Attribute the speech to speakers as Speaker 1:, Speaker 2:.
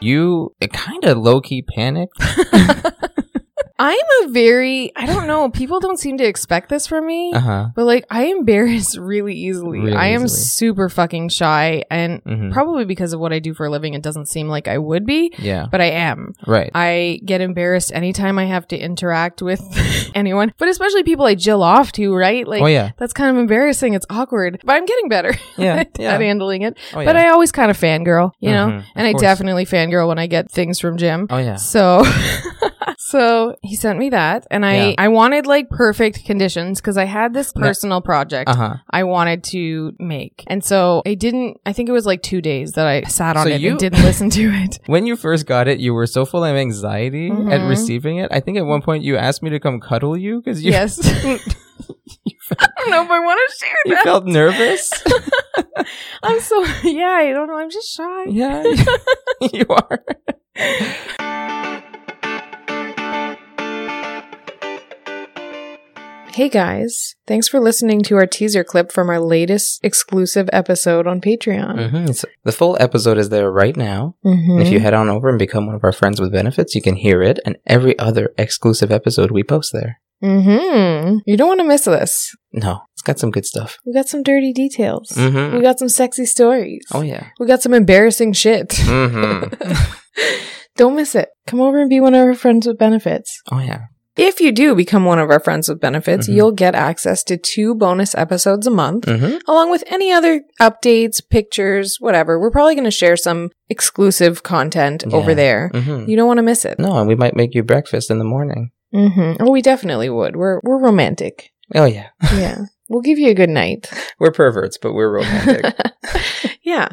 Speaker 1: you kind of low key panicked.
Speaker 2: I'm a very, I don't know, people don't seem to expect this from me,
Speaker 1: Uh huh.
Speaker 2: but like I embarrass really easily.
Speaker 1: Really
Speaker 2: I am
Speaker 1: easily.
Speaker 2: super fucking shy, and
Speaker 1: Mhm.
Speaker 2: probably because of what I do for a living, it doesn't seem like I would be,
Speaker 1: Yeah.
Speaker 2: but I am.
Speaker 1: Right.
Speaker 2: I get embarrassed anytime I have to interact with anyone, but especially people I jill off to, right? Like,
Speaker 1: oh yeah.
Speaker 2: that's kind of embarrassing. It's awkward, but I'm getting better
Speaker 1: Yeah.
Speaker 2: at
Speaker 1: yeah.
Speaker 2: handling it.
Speaker 1: oh, yeah.
Speaker 2: But I always kind of fangirl, you know?
Speaker 1: Mhm, of
Speaker 2: and I
Speaker 1: course.
Speaker 2: definitely fangirl when I get things from Jim.
Speaker 1: Oh yeah.
Speaker 2: So so he sent me that and I
Speaker 1: Yeah.
Speaker 2: I wanted like perfect conditions cuz I had this personal project
Speaker 1: Uh huh.
Speaker 2: I wanted to make. And so I didn't I think it was like 2 days that I sat on
Speaker 1: So
Speaker 2: it
Speaker 1: you-
Speaker 2: and didn't listen to it.
Speaker 1: When you first got it, you were so full of anxiety at
Speaker 2: Mhm.
Speaker 1: receiving it. I think at one point you asked me to come cuddle you because you,
Speaker 2: yes. I don't know if I want to share
Speaker 1: you
Speaker 2: that.
Speaker 1: felt nervous.
Speaker 2: I'm so yeah, I don't know. I'm just shy.
Speaker 1: yeah, you are.
Speaker 2: Hey guys, thanks for listening to our teaser clip from our latest exclusive episode on Patreon.
Speaker 1: hmm the full episode is there right now.
Speaker 2: Mm-hmm.
Speaker 1: And If you head on over and become one of our friends with benefits, you can hear it and every other exclusive episode we post there.
Speaker 2: Mm-hmm. You don't want to miss this.
Speaker 1: No, it's got some good stuff.
Speaker 2: We got some dirty details.
Speaker 1: Mhm.
Speaker 2: We got some sexy stories.
Speaker 1: Oh yeah.
Speaker 2: We got some embarrassing shit.
Speaker 1: Mm-hmm.
Speaker 2: don't miss it. Come over and be one of our friends with benefits.
Speaker 1: oh yeah.
Speaker 2: If you do become one of our friends with benefits,
Speaker 1: Mhm.
Speaker 2: you'll get access to two bonus episodes a month.
Speaker 1: Mm-hmm.
Speaker 2: Along with any other updates, pictures, whatever, we're probably going to share some exclusive content over
Speaker 1: Yeah.
Speaker 2: there.
Speaker 1: Mm-hmm.
Speaker 2: You don't want to miss it.
Speaker 1: No, and we might make you breakfast in the morning.
Speaker 2: hmm Oh, we definitely would. We're we're romantic.
Speaker 1: Oh yeah.
Speaker 2: Yeah, we'll give you a good night.
Speaker 1: We're perverts, but we're romantic.
Speaker 2: yeah.